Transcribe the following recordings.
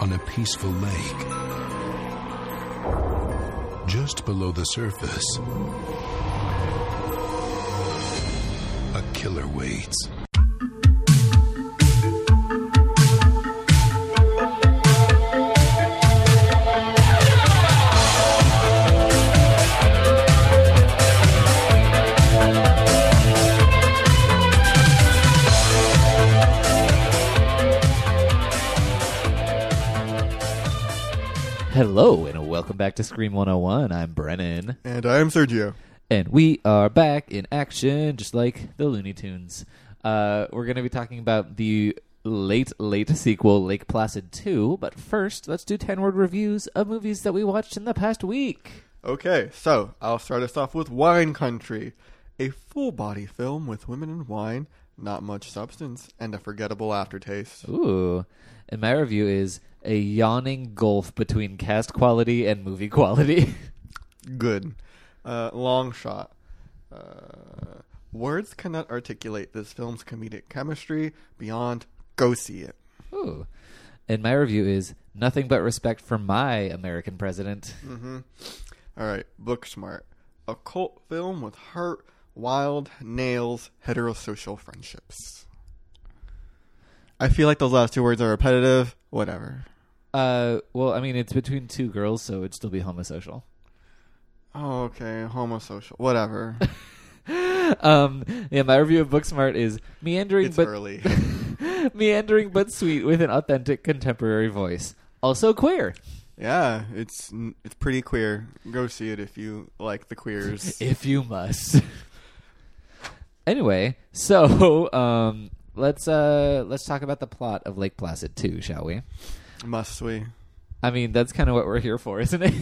on a peaceful lake. Just below the surface, a killer waits. Hello and welcome back to Scream 101. I'm Brennan. And I'm Sergio. And we are back in action, just like the Looney Tunes. Uh, we're going to be talking about the late, late sequel, Lake Placid 2. But first, let's do 10 word reviews of movies that we watched in the past week. Okay, so I'll start us off with Wine Country, a full body film with women and wine, not much substance, and a forgettable aftertaste. Ooh. And my review is a yawning gulf between cast quality and movie quality. Good. Uh, long shot. Uh, words cannot articulate this film's comedic chemistry beyond go see it. Ooh. And my review is nothing but respect for my American president. Mm-hmm. All right, Booksmart, a cult film with heart, wild nails, heterosocial friendships. I feel like those last two words are repetitive. Whatever. Uh, well, I mean, it's between two girls, so it'd still be homosocial. Oh, okay, homosocial. Whatever. um, yeah, my review of Booksmart is meandering It's but early. meandering but sweet with an authentic contemporary voice. Also queer. yeah, it's it's pretty queer. Go see it if you like the queers. If you must. anyway, so um, let's uh, let's talk about the plot of Lake Placid 2, shall we? Must we? I mean, that's kind of what we're here for, isn't it?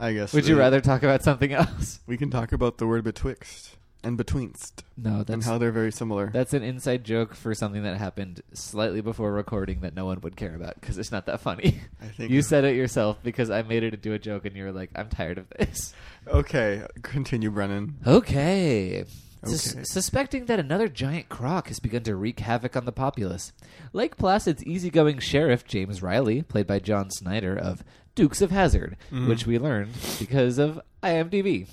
I guess. Would you we- rather talk about something else? we can talk about the word betwixt and betweenst No, and that's how they're very similar? that's an inside joke for something that happened slightly before recording that no one would care about because it's not that funny. I think You said it yourself because I made it into a joke and you were like, "I'm tired of this." Okay, continue, Brennan. Okay. Sus- Okay. suspecting that another giant croc has begun to wreak havoc on the populace, Lake Placid's easygoing sheriff James Riley, played by John Snyder of Dukes of Hazard, Mm-hmm. which we learned because of IMDb,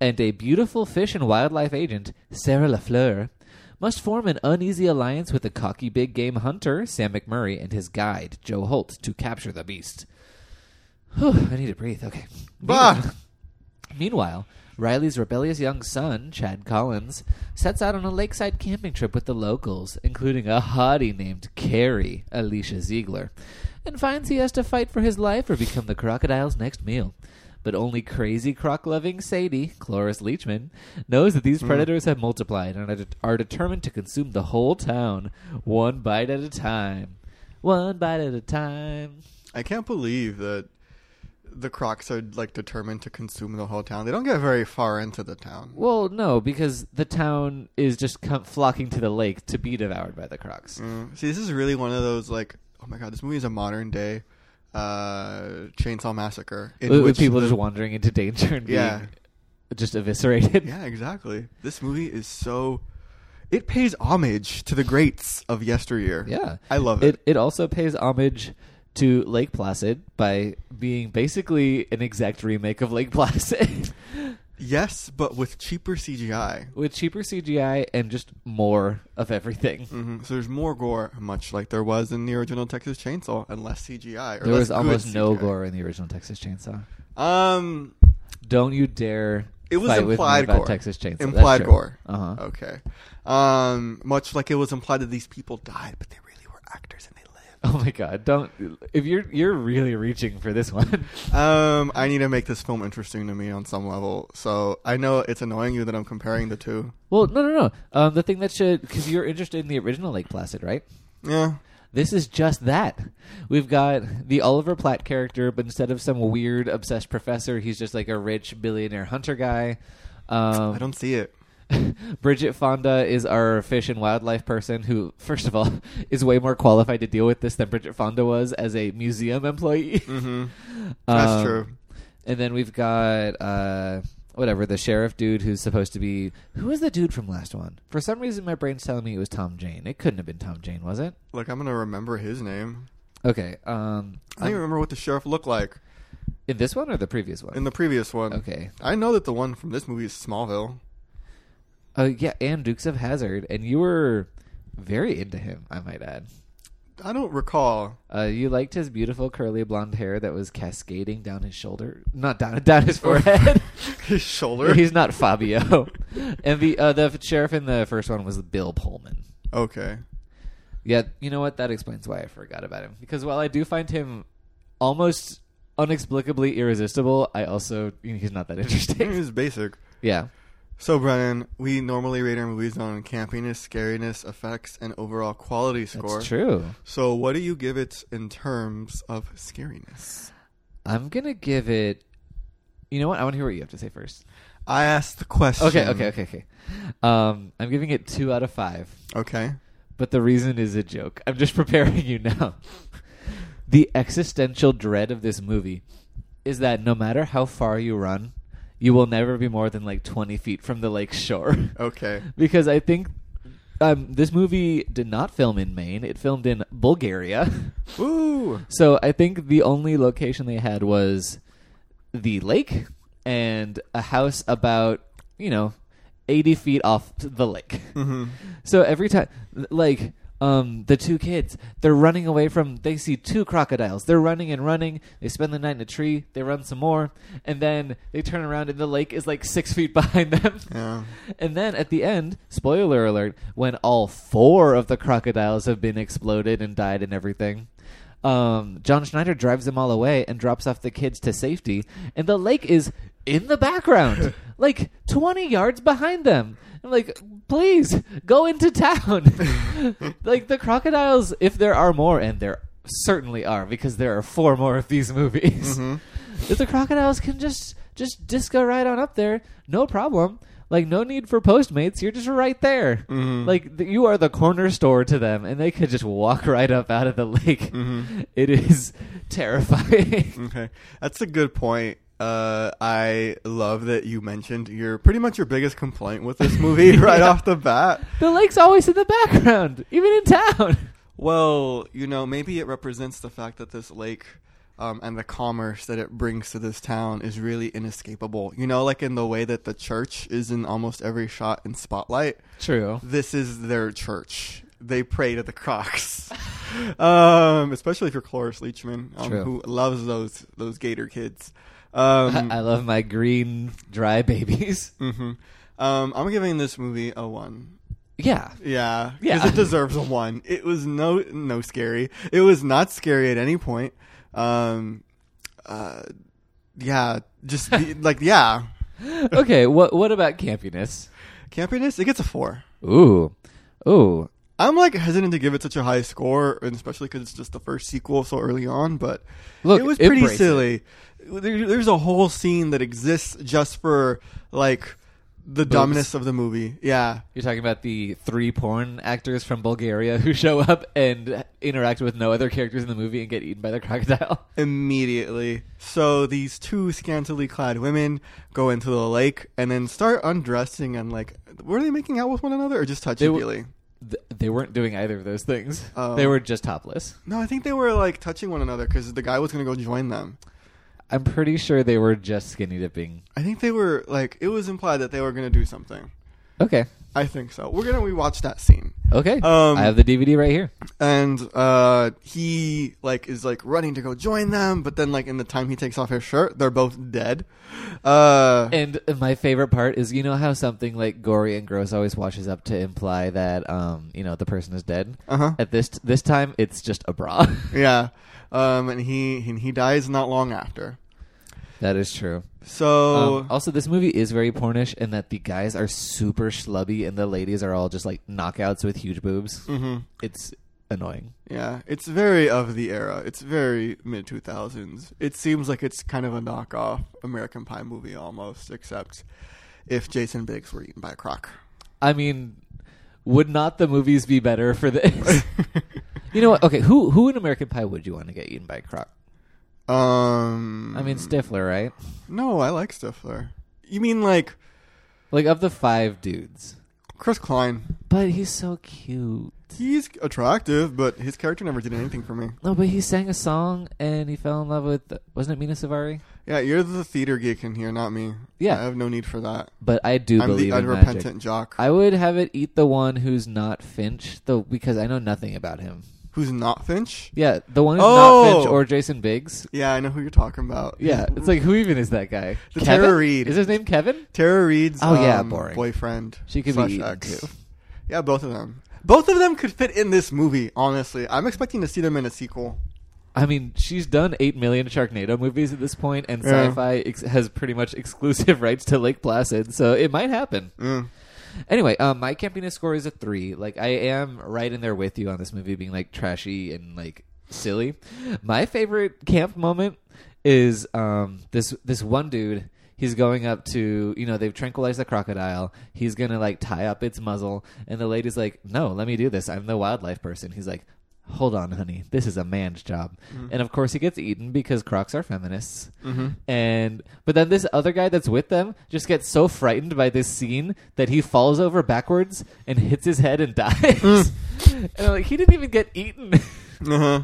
and a beautiful fish and wildlife agent Sarah Lafleur must form an uneasy alliance with the cocky big game hunter Sam McMurray and his guide Joe Holt to capture the beast. Whew, I need to breathe. Okay. Bah! Meanwhile, Riley's rebellious young son, Chad Collins, sets out on a lakeside camping trip with the locals, including a hottie named Carrie, Alicia Ziegler, and finds he has to fight for his life or become the crocodile's next meal. But only crazy croc loving Sadie, Cloris Leachman, knows that these predators have multiplied and are, de- are determined to consume the whole town, one bite at a time. One bite at a time. I can't believe that the Crocs are like determined to consume the whole town. They don't get very far into the town. Well, no, because the town is just com- flocking to the lake to be devoured by the crocs. Mm. See, this is really one of those like, oh my god, this movie is a modern day uh, chainsaw massacre in With- with which people the- just wandering into danger and being Yeah. just eviscerated. yeah, exactly. This movie is so it pays homage to the greats of yesteryear. Yeah. I love It it. it also pays homage to Lake Placid by being basically an exact remake of Lake Placid Yes, but with cheaper CGI. with cheaper CGI and just more of everything. hmm So there's more gore, much like there was in the original Texas Chainsaw, and less CGI. Or There less was good almost no CGI. gore in the original Texas Chainsaw. Um, Don't you dare It was fight with me implied about gore. Texas Chainsaw. That's Implied true. gore. Uh-huh. Okay. Um, much like it was implied that these people died, but they really were actors and they lived. Oh my god! Don't if you're you're really reaching for this one. Oh. Um, I need to make this film interesting to me on some level. So I know it's annoying you that I'm comparing the two. Well, no, no, no. Um, the thing that should because you're interested in the original Lake Placid, right? Yeah. This is just that. We've got the Oliver Platt character, but instead of some weird obsessed professor, he's just like a rich billionaire hunter guy. Um, I don't see it. Bridget Fonda is our fish and wildlife person who, first of all, is way more qualified to deal with this than Bridget Fonda was as a museum employee. Mm-hmm. That's Um, true. And then we've got uh, whatever the sheriff dude who's supposed to be who was the dude from last one? For some reason, my brain's telling me it was Tom Jane. It couldn't have been Tom Jane, was it? Look, I'm gonna remember his name. Okay. Um, I don't even remember what the sheriff looked like in this one or the previous one? in the previous one. okay. I know that the one from this movie is Smallville. Oh yeah, and Dukes of Hazard, and you were very into him, I might add. I don't recall. Uh, you liked his beautiful curly blonde hair that was cascading down his shoulder, not down down his forehead. His shoulder. He's not Fabio. and the uh, the sheriff in the first one was Bill Pullman. okay. Yeah, you know what? That explains why I forgot about him. Because while I do find him almost unexplicably irresistible, I also he's not that interesting. He's basic. yeah. So, Brennan, we normally rate our movies on campiness, scariness, effects, and overall quality score. That's true. So, what do you give it in terms of scariness? I'm gonna give it you know what? I want to hear what you have to say first. I asked the question. Okay, okay, okay, okay. Um, I'm giving it two out of five, Okay. but the reason is a joke. I'm just preparing you now. the existential dread of this movie is that no matter how far you run, you will never be more than like 20 feet from the lake shore. Okay. because I think um, this movie did not film in Maine; it filmed in Bulgaria. Woo! So I think the only location they had was the lake and a house about, you know, 80 feet off the lake. So every time, like, um, the two kids, they're running away from, they see two crocodiles. They're running and running. They spend the night in a tree. They run some more. And then they turn around and the lake is like six feet behind them. Yeah. And then at the end, spoiler alert, when all four of the crocodiles have been exploded and died and everything, um, John Schneider drives them all away and drops off the kids to safety, and the lake is in the background, like 20 yards behind them. I'm like, please go into town. like the crocodiles, if there are more, and there certainly are, because there are four more of these movies if the crocodiles can just just disco right on up there, no problem. Like no need for Postmates, you're just right there. Like th- you are the corner store to them, and they could just walk right up out of the lake. It is terrifying. Okay. That's a good point. Uh, I love that you mentioned your pretty much your biggest complaint with this movie right off the bat. the lake's always in the background, even in town. Well, you know, maybe it represents the fact that this lake um, and the commerce that it brings to this town is really inescapable. You know, like in the way that the church is in almost every shot in Spotlight. True. This is their church. They pray to the crocs, um, especially for Cloris Leachman, um, True. who loves those those gator kids. Um, I love my green dry babies. hmm Um, I'm giving this movie a one. Yeah. Yeah, because Yeah. it deserves a one. It was no no scary. It was not scary at any point. Um, uh, yeah, just the, like yeah, Okay. What What about campiness? campiness. It gets a four. Ooh. Ooh. I'm like hesitant to give it such a high score, and especially because it's just the first sequel so early on. But Look, it was it pretty breaks it. silly. There, there's a whole scene that exists just for like the dumbness of the movie. Yeah, You're talking about the three porn actors from Bulgaria who show up and interact with no other characters in the movie and get eaten by the crocodile. immediately. So these two scantily clad women go into the lake and then start undressing and like, were they making out with one another or just touchy They were- feely? Th- they weren't doing either of those things. Oh. They were just topless. No, I think they were like touching one another because the guy was gonna go join them. I'm pretty sure they were just skinny dipping. I think they were like, it was implied that they were gonna do something. Okay. I think so. We're gonna rewatch that scene, Okay. Um, I have the DVD right here. and uh, he like is like running to go join them, but then like in the time he takes off his shirt, they're both dead. Uh, And my favorite part is you know how something like gory and gross always washes up to imply that um, you know, the person is dead? Uh-huh. At this this time it's just a bra. yeah, um, and he and he dies not long after. that is true. So Um, also, this movie is very pornish in that the guys are super schlubby and the ladies are all just like knockouts with huge boobs. Mm-hmm. It's annoying. yeah, it's very of the era. It's very mid two thousands. It seems like it's kind of a knockoff American Pie movie almost, except if Jason Biggs were eaten by a croc. I mean, would not the movies be better for this? you know what? Okay, who who in American Pie would you want to get eaten by a croc? Um, I mean, Stifler, right? no, I like Stifler. You mean like Like of the five dudes, Chris Klein. But he's so cute. He's attractive, but his character never did anything for me. No, but he sang a song and he fell in love with wasn't it Mina Savari? Yeah, you're the theater geek in here, not me. Yeah. I have no need for that. But I do I'm the believe in magic. unrepentant jock I would have it eat the one who's not Finch, though, because I know nothing about him. who's not Finch. Yeah, the one who's Oh! not Finch or Jason Biggs. Yeah, I know who you're talking about. Yeah, it's like who even is that guy? The Kevin? Tara Reid. Is his name Kevin? Tara Reid's Oh, yeah, um, boring. boyfriend. She could be slash eaten, ex. too. Yeah, both of them. Both of them could fit in this movie. Honestly, I'm expecting to see them in a sequel. I mean, she's done eight million Sharknado movies at this point, and Yeah. Sci-Fi ex- has pretty much exclusive rights to Lake Placid, so it might happen. Mm. Anyway, um, my campiness score is a three. Like I am right in there with you on this movie being like trashy and like silly. My favorite camp moment is um this this one dude. He's going up to you know they've tranquilized the crocodile. He's gonna like tie up its muzzle, and the lady's like, "No, let me do this. I'm the wildlife person." He's like, "Hold on, honey. This is a man's job." Mm-hmm. And of course, he gets eaten because crocs are feminists. And but then this other guy that's with them just gets so frightened by this scene that he falls over backwards and hits his head and dies. Mm. and I'm like he didn't even get eaten. Uh-huh.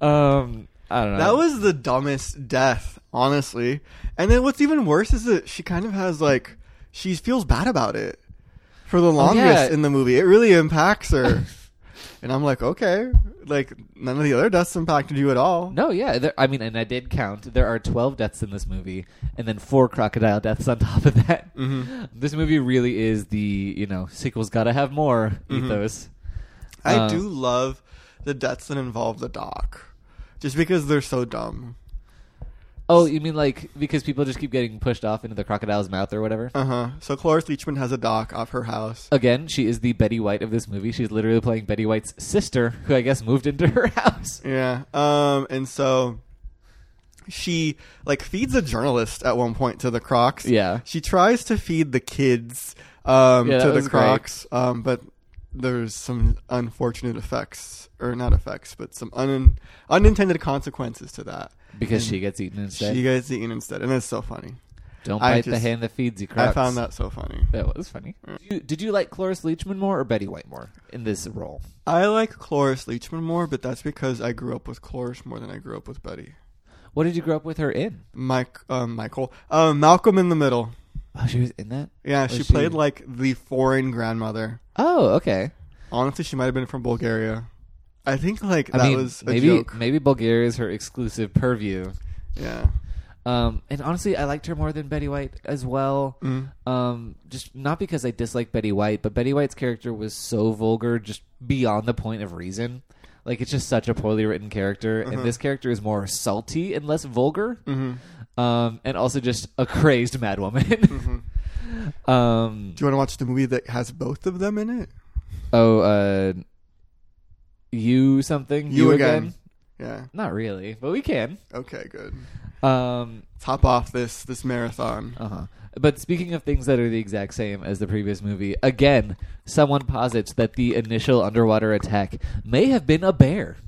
um, I don't know. That was the dumbest death, honestly. And then what's even worse is that she kind of has like she feels bad about it for the longest Oh, yeah. in the movie. It really impacts her. and I'm like, okay, like none of the other deaths impacted you at all. no, yeah. There, I mean, and I did count. There are twelve deaths in this movie, and then four crocodile deaths on top of that. Mm-hmm. This movie really is the you know sequels gotta have more Mm-hmm. ethos. I Uh, do love the deaths that involve the doc, just because they're so dumb. Oh, you mean like because people just keep getting pushed off into the crocodile's mouth or whatever? Uh huh. So Cloris Leachman has a doc off her house. Again, she is the Betty White of this movie. She's literally playing Betty White's sister, who I guess moved into her house. Yeah. Um. And so she like feeds a journalist at one point to the Crocs. Yeah. She tries to feed the kids um, Yeah, that to the was Crocs, um, but there's some unfortunate effects, or not effects, but some un- unintended consequences to that. Because And she gets eaten instead. She gets eaten instead, and it's so funny. Don't I bite the just- hand that feeds you, Crocs. I found that Mm. so funny. That was funny. Did you, did you like Cloris Leachman more or Betty White more in this role? I like Cloris Leachman more, but that's because I grew up with Cloris more than I grew up with Betty. What did you grow up with her in? Mike, um, Michael, um, Malcolm in the Middle. Oh, she was in that? Yeah, Was she she- played like the foreign grandmother. Oh, okay. Honestly, she might have been from Bulgaria. I think like I that mean, was a maybe joke. maybe Bulgaria is her exclusive purview. Yeah. Um, and honestly, I liked her more than Betty White as well. Mm-hmm. Um, just not because I dislike Betty White, but Betty White's character was so vulgar, just beyond the point of reason. Like it's just such a poorly written character, Uh-huh. and this character is more salty and less vulgar, Mm-hmm. um, and also just a crazed madwoman. um, Do Mm-hmm. you want to watch the movie that has both of them in it? oh, uh, you something? You Again. Yeah. Not really, but we can. Okay, good. Um, Let's hop off this this marathon. Uh huh. But speaking of things that are the exact same as the previous movie, again, someone posits that the initial underwater attack may have been a bear.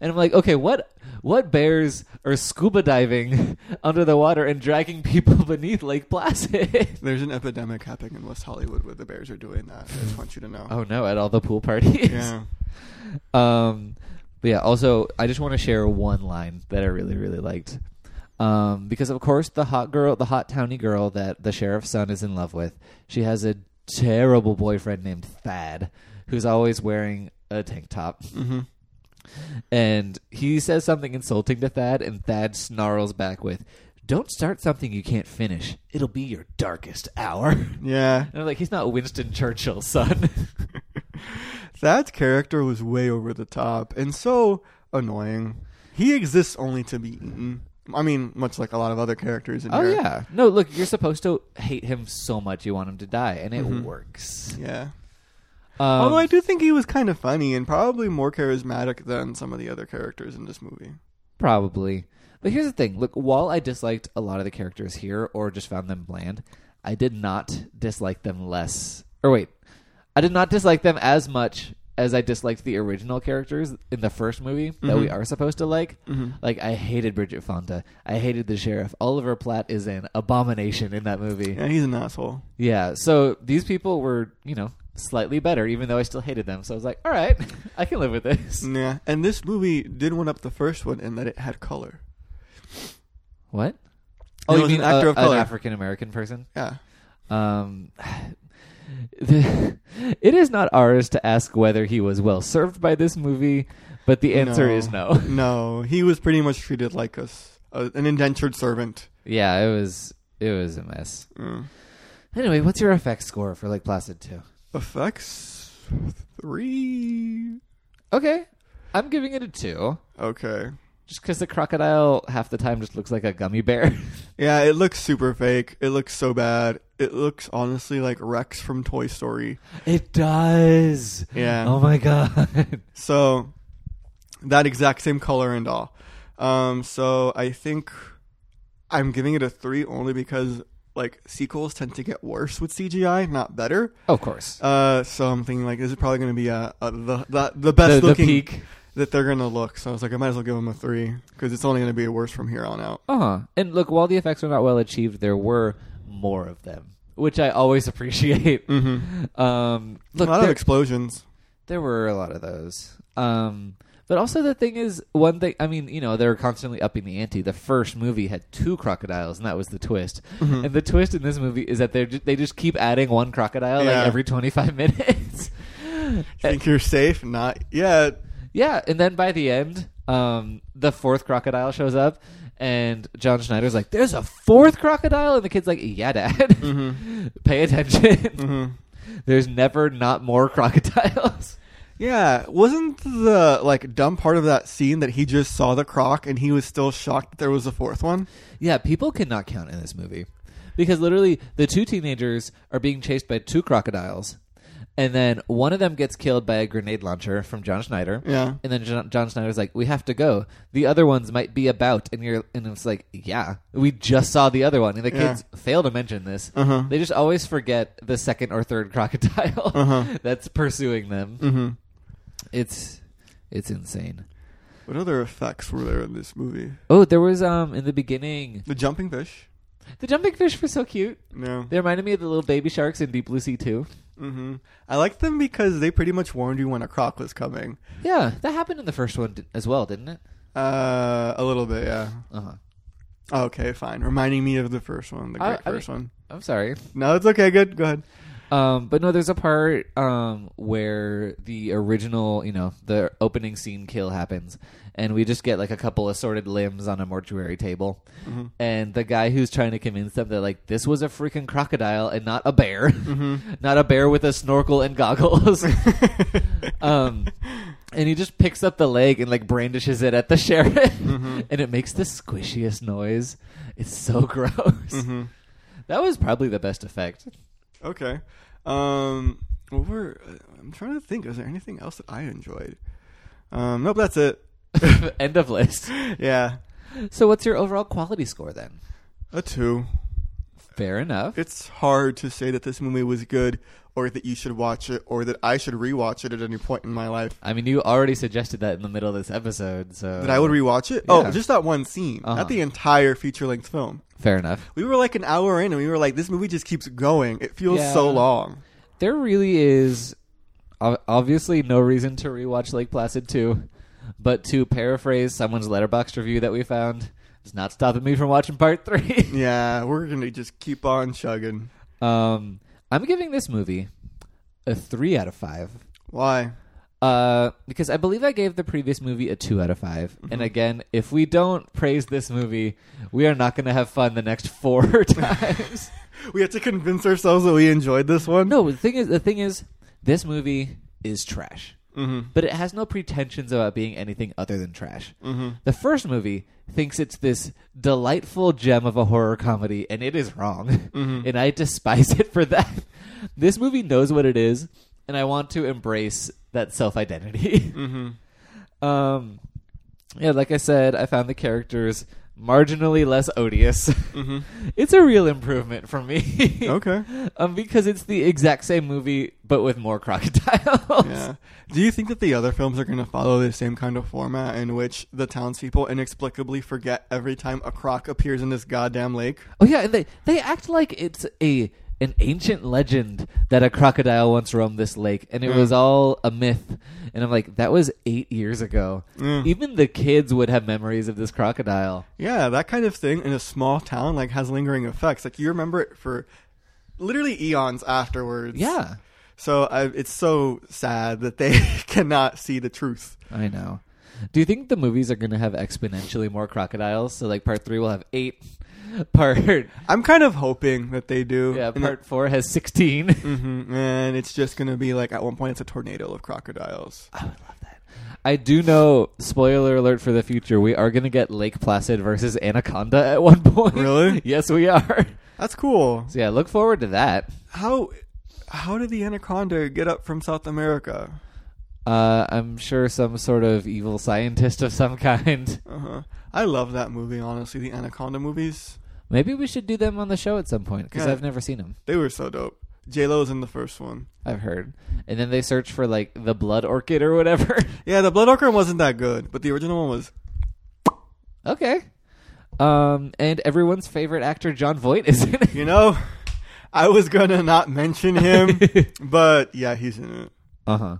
And I'm like, okay, what what bears are scuba diving under the water and dragging people beneath Lake Placid? There's an epidemic happening in West Hollywood where the Bears are doing that. I just want you to know. oh no, at all the pool parties. Yeah. Um, but yeah, also, I just want to share one line that I really, really liked. Um, because of course, the hot girl, the hot towny girl that the sheriff's son is in love with, she has a terrible boyfriend named Thad, who's always wearing a tank top. Mm-hmm. And he says something insulting to Thad, and Thad snarls back with, Don't start something you can't finish. It'll be your darkest hour. And Yeah. I'm like, He's not Winston Churchill, son. That character was way over the top and so annoying. He exists only to be eaten. I mean, much like a lot of other characters in Oh here. yeah. No, look, you're supposed to hate him so much you want him to die, and it works. Yeah. Um, Although I do think he was kind of funny and probably more charismatic than some of the other characters in this movie. probably. But here's the thing. Look, while I disliked a lot of the characters here or just found them bland, I did not dislike them less. Or wait. I did not dislike them as much as I disliked the original characters in the first movie that we are supposed to like. Like I hated Bridget Fonda. I hated the sheriff. Oliver Platt is an abomination in that movie. Yeah, he's an asshole. Yeah, so these people were, you know, slightly better, even though I still hated them. So I was like, all right, I can live with this. Yeah, and this movie did one up the first one in that it had color. What? Oh, It was an actor a- of color. uh, an African American person? Yeah, Um, the, it is not ours to ask whether he was well served by this movie, but the answer is no. no, he was pretty much treated like us, uh, an indentured servant. yeah, it was it was a mess. Mm. Anyway, what's your FX score for Lake Placid Two? Effects three. Okay, I'm giving it a two, Okay. just because the crocodile half the time just looks like a gummy bear. Yeah, it looks super fake. It looks so bad. It looks honestly like Rex from Toy Story. it does. Yeah. Oh my god. So that exact same color and all. Um, so I think I'm giving it a three only because like sequels tend to get worse with CGI, not better. of course. Uh, so I'm thinking like this is probably going to be a, a the, the the best the, the looking peak. that they're going to look. So I was like, I might as well give them a three because it's only going to be worse from here on out. Uh huh. And look, while the effects were not well achieved, there were more of them, which I always appreciate. Mm-hmm. Um, look, a lot there, of explosions. there were a lot of those. Um, but also the thing is, one thing. I mean, you know, they're constantly upping the ante. The first movie had two crocodiles, and that was the twist. Mm-hmm. And the twist in this movie is that they they just keep adding one crocodile Yeah. like every twenty five minutes. Eh. You think you're safe? Not yet. Yeah, and then by the end, um, the fourth crocodile shows up, and John Schneider's like, "There's a fourth crocodile," and the kid's like, "Yeah, Dad, pay attention. Mm-hmm. There's never not more crocodiles." Yeah, wasn't the like dumb part of that scene that he just saw the croc and he was still shocked that there was a fourth one? yeah, people cannot count in this movie because literally the two teenagers are being chased by two crocodiles. And then one of them gets killed by a grenade launcher from John Schneider. Yeah. And then John, John Schneider's like, "We have to go. The other ones might be about." And you're, and it's like, "Yeah, we just saw the other one." And the Yeah. Uh-huh. kids fail to mention this. They just always forget the second or third crocodile that's pursuing them. Mm-hmm. It's it's insane. What other effects were there in this movie? Oh, there was um in the beginning, The jumping fish? the jumping fish were so cute. No. They reminded me of the little baby sharks in Deep Blue Sea too. hmm I liked them because they pretty much warned you when a croc was coming. Yeah, that happened in the first one di- as well, didn't it? Uh, a little bit, yeah. Uh-huh. Okay, fine. Reminding me of the first one, the I- great I first one. I'm sorry. No, it's okay. Good. Go ahead. Um, but no, there's a part um, where the original, you know, the opening scene kill happens, and we just get like a couple assorted limbs on a mortuary table, and the guy who's trying to convince them that like this was a freaking crocodile and not a bear, not a bear with a snorkel and goggles, um, and he just picks up the leg and like brandishes it at the sheriff, and it makes the squishiest noise. It's so gross. That was probably the best effect. Okay. Um, what were I'm trying to think. Is there anything else that I enjoyed? Um, nope, that's it. End of list. Yeah, So, what's your overall quality score then? a two. Fair enough. It's hard to say that this movie was good, or that you should watch it, or that I should rewatch it at any point in my life. I mean, you already suggested that in the middle of this episode, so That I would rewatch it. Yeah. Oh, just that one scene, Uh-huh. not the entire feature-length film. fair enough. We were like an hour in, and we were like, "This movie just keeps going. It feels Yeah. so long." There really is o- obviously no reason to rewatch Lake Placid 2, but to paraphrase someone's letterbox review that we found, it's not stopping me from watching part 3. Yeah, we're gonna just keep on chugging. um, I'm giving this movie a 3 out of 5. Why? Uh, because I believe I gave the previous movie a two out of 5 And again, if we don't praise this movie, we are not going to have fun the next four times. We had to convince ourselves that we enjoyed this one. no, the thing is, the thing is, this movie is trash. Mm-hmm. But it has no pretensions about being anything other than trash. Mm-hmm. The first movie thinks it's this delightful gem of a horror comedy, and it is wrong. and I despise it for that. This movie knows what it is, and I want to embrace that self Mm-hmm. identity. Um, yeah, like I said, I found the characters marginally less odious. it's a real improvement for me. Mm-hmm. Okay. um, because it's the exact same movie but with more crocodiles. Yeah. Do you think that the other films are going to follow the same kind of format in which the townspeople inexplicably forget every time a croc appears in this goddamn lake? Oh yeah, and they they act like it's a an ancient legend that a crocodile once roamed this lake, and it Mm. was all a myth. And I'm like, that was eight years ago. Even the kids would have memories of this crocodile. Yeah, that kind of thing in a small town like has lingering effects. Like you remember it for literally eons afterwards. Yeah, So I, it's so sad that they cannot see the truth. I know. Do you think the movies are going to have exponentially more crocodiles? So like part three will have eight. Part I'm kind of hoping that they do. yeah, And part four has 16 Mhm, and it's just gonna be like at one point it's a tornado of crocodiles. I would love that. I do know. Spoiler alert for the future: we are going to get Lake Placid versus Anaconda at one point. Really? yes, we are. That's cool. So yeah, look forward to that. How how did the anaconda get up from South America? Uh, I'm sure some sort of evil scientist of some kind. Uh-huh. I love that movie. Honestly, the anaconda movies Maybe we should do them on the show at some point because Yeah. I've never seen them. they were so dope. J Lo's in the first one. I've heard, and then they search for like the blood orchid or whatever. Yeah, the Blood Orchid wasn't that good, but the original one was. okay. Um, and everyone's favorite actor John Voight is in it. You know, I was gonna not mention him, but yeah, he's in it. Uh huh.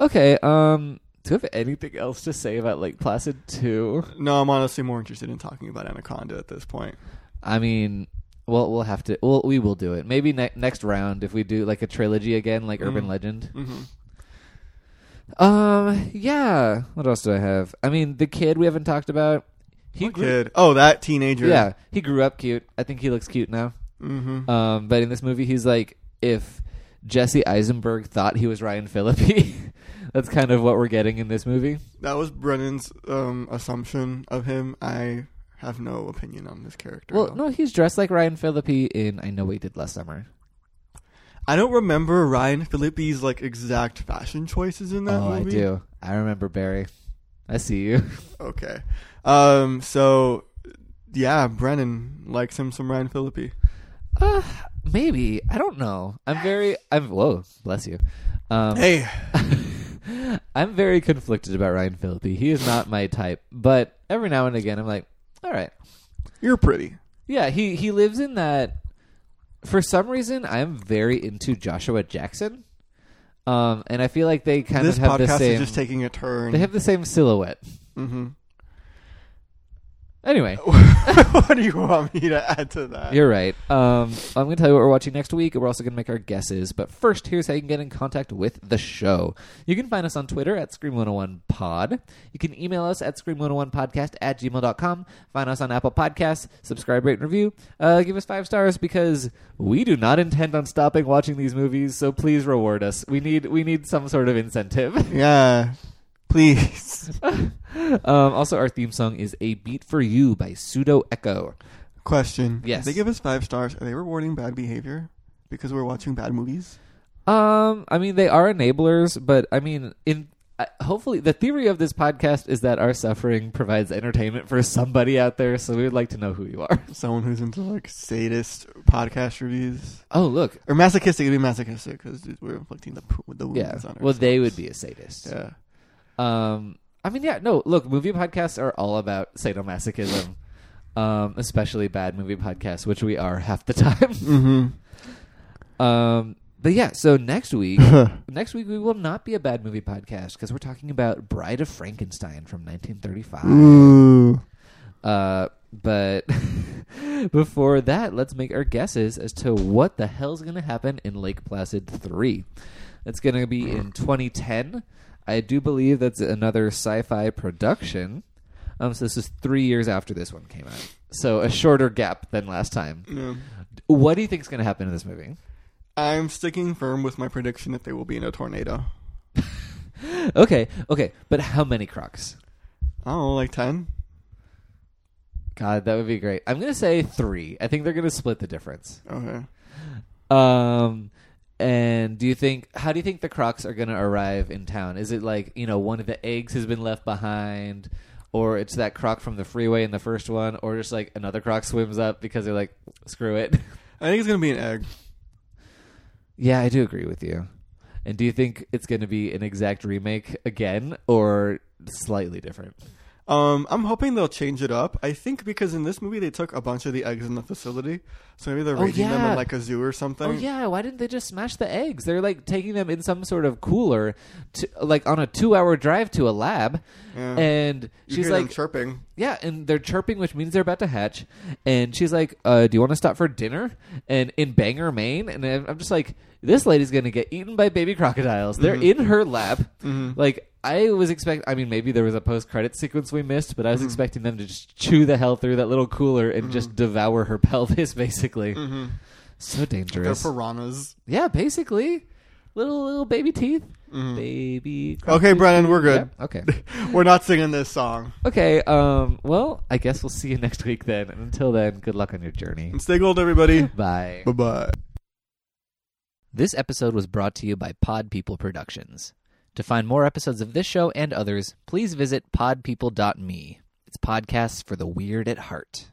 Okay. Um, do you have anything else to say about Lake Placid Two? No, I'm honestly more interested in talking about Anaconda at this point. I mean, well, we'll have to. Well, we will do it. Maybe ne- next round if we do like a trilogy again, like Urban Legend. Mm-hmm. Um. Yeah. What else do I have? I mean, the kid we haven't talked about. He grew. Kid, oh that teenager. Yeah, he grew up cute. I think he looks cute now. Mm-hmm. Um. But in this movie, he's like if Jesse Eisenberg thought he was Ryan Phillippe. That's kind of what we're getting in this movie. That was Brennan's um, assumption of him. I have no opinion on this character. at Well, all. no, he's dressed like Ryan Phillippe in I Know What You Did Last Summer. I don't remember Ryan Philippi's like exact fashion choices in that oh, movie. I do. I remember Barry. I see you. Okay. Um. So, yeah, Brennan likes him some Ryan Philippi. Uh, maybe. I don't know. I'm very. I'm. Whoa, bless you. Um, Hey, I'm very conflicted about Ryan Phillippe. He is not my type, but every now and again, I'm like, all right, you're pretty. yeah. He he lives in that. For some reason, I'm very into Joshua Jackson, um, and I feel like they kind this of have the podcast same. is just taking a turn. they have the same silhouette. hmm Anyway, what do you want me to add to that? You're right. Um, I'm going to tell you what we're watching next week. and We're also going to make our guesses. But first, here's how you can get in contact with the show. You can find us on Twitter at Scream101pod. You can email us at Scream101podcast at gmail.com. Find us on Apple Podcasts. Subscribe, rate, and review. Uh, give us five stars because we do not intend on stopping watching these movies. So please reward us. We need, we need some sort of incentive. yeah. Please. um, also, our theme song is A Beat for You by Pseudo Echo. Question. Yes. If They give us five stars. Are they rewarding bad behavior because we're watching bad movies? Um, I mean, they are enablers, but I mean, in uh, hopefully, the theory of this podcast is that our suffering provides entertainment for somebody out there. So we would like to know who you are. Someone who's into like sadist podcast reviews Oh, look, or masochistic. It'd be masochistic because we're inflicting the po- the wounds yeah. on ourselves. Well, they would be a sadist. Yeah. Um, I mean, yeah, no, look, movie podcasts are all about sadomasochism. Um, especially bad movie podcasts, which we are half the time. Mm-hmm. Um, but yeah, so next week, next week we will not be a bad movie podcast because we're talking about Bride of Frankenstein from 1935. Ooh. Uh, but before that, let's make our guesses as to what the hell's going to happen in Lake Placid 3. That's going to be in 2010. I do believe that's another sci fi production. Um, so this is three years after this one came out. So a shorter gap than last time. Yeah. What do you think's going to happen in this movie? I'm sticking firm with my prediction that they will be in a tornado. Okay, okay, but how many crocs? I don't know, like ten. God, that would be great. I'm going to say three. I think they're going to split the difference. Okay. Um, and do you think how do you think the Crocs are going to arrive in town? Is it like you know one of the eggs has been left behind, or it's that croc from the freeway in the first one, or just like another croc swims up because they're like, screw it. I think it's gonna be an egg. yeah, I do agree with you. And do you think it's going to be an exact remake again or slightly different? Um, I'm hoping they'll change it up. I think because in this movie they took a bunch of the eggs in the facility, so maybe they're Oh, raising them yeah. in like a zoo or something. Oh yeah, why didn't they just smash the eggs? They're like taking them in some sort of cooler, to, like on a two-hour drive to a lab, Yeah. and You she's hear them like, chirping. "Yeah," and they're chirping, which means they're about to hatch. And she's like, uh, "Do you want to stop for dinner?" And in Bangor, Maine, and I'm I'm just like, "This lady's gonna get eaten by baby crocodiles." They're Mm-hmm. in her lap, like. I was expect. I mean, maybe there was a post-credit sequence we missed, but I was Mm-hmm. expecting them to just chew the hell through that little cooler and just devour her pelvis, basically. Mm-hmm. So They're dangerous. piranhas. Yeah, basically. Little little baby teeth. Baby Mm. Mm-hmm. crocodile Okay, Brennan, we're teeth. good. Yeah, Okay. We're not singing this song. Okay, um well, I guess we'll see you next week then. And until then, good luck on your journey. And stay gold, everybody. Bye. bye bye. This episode was brought to you by Pod People Productions. To find more episodes of this show and others, please visit podpeople.me. It's podcasts for the weird at heart.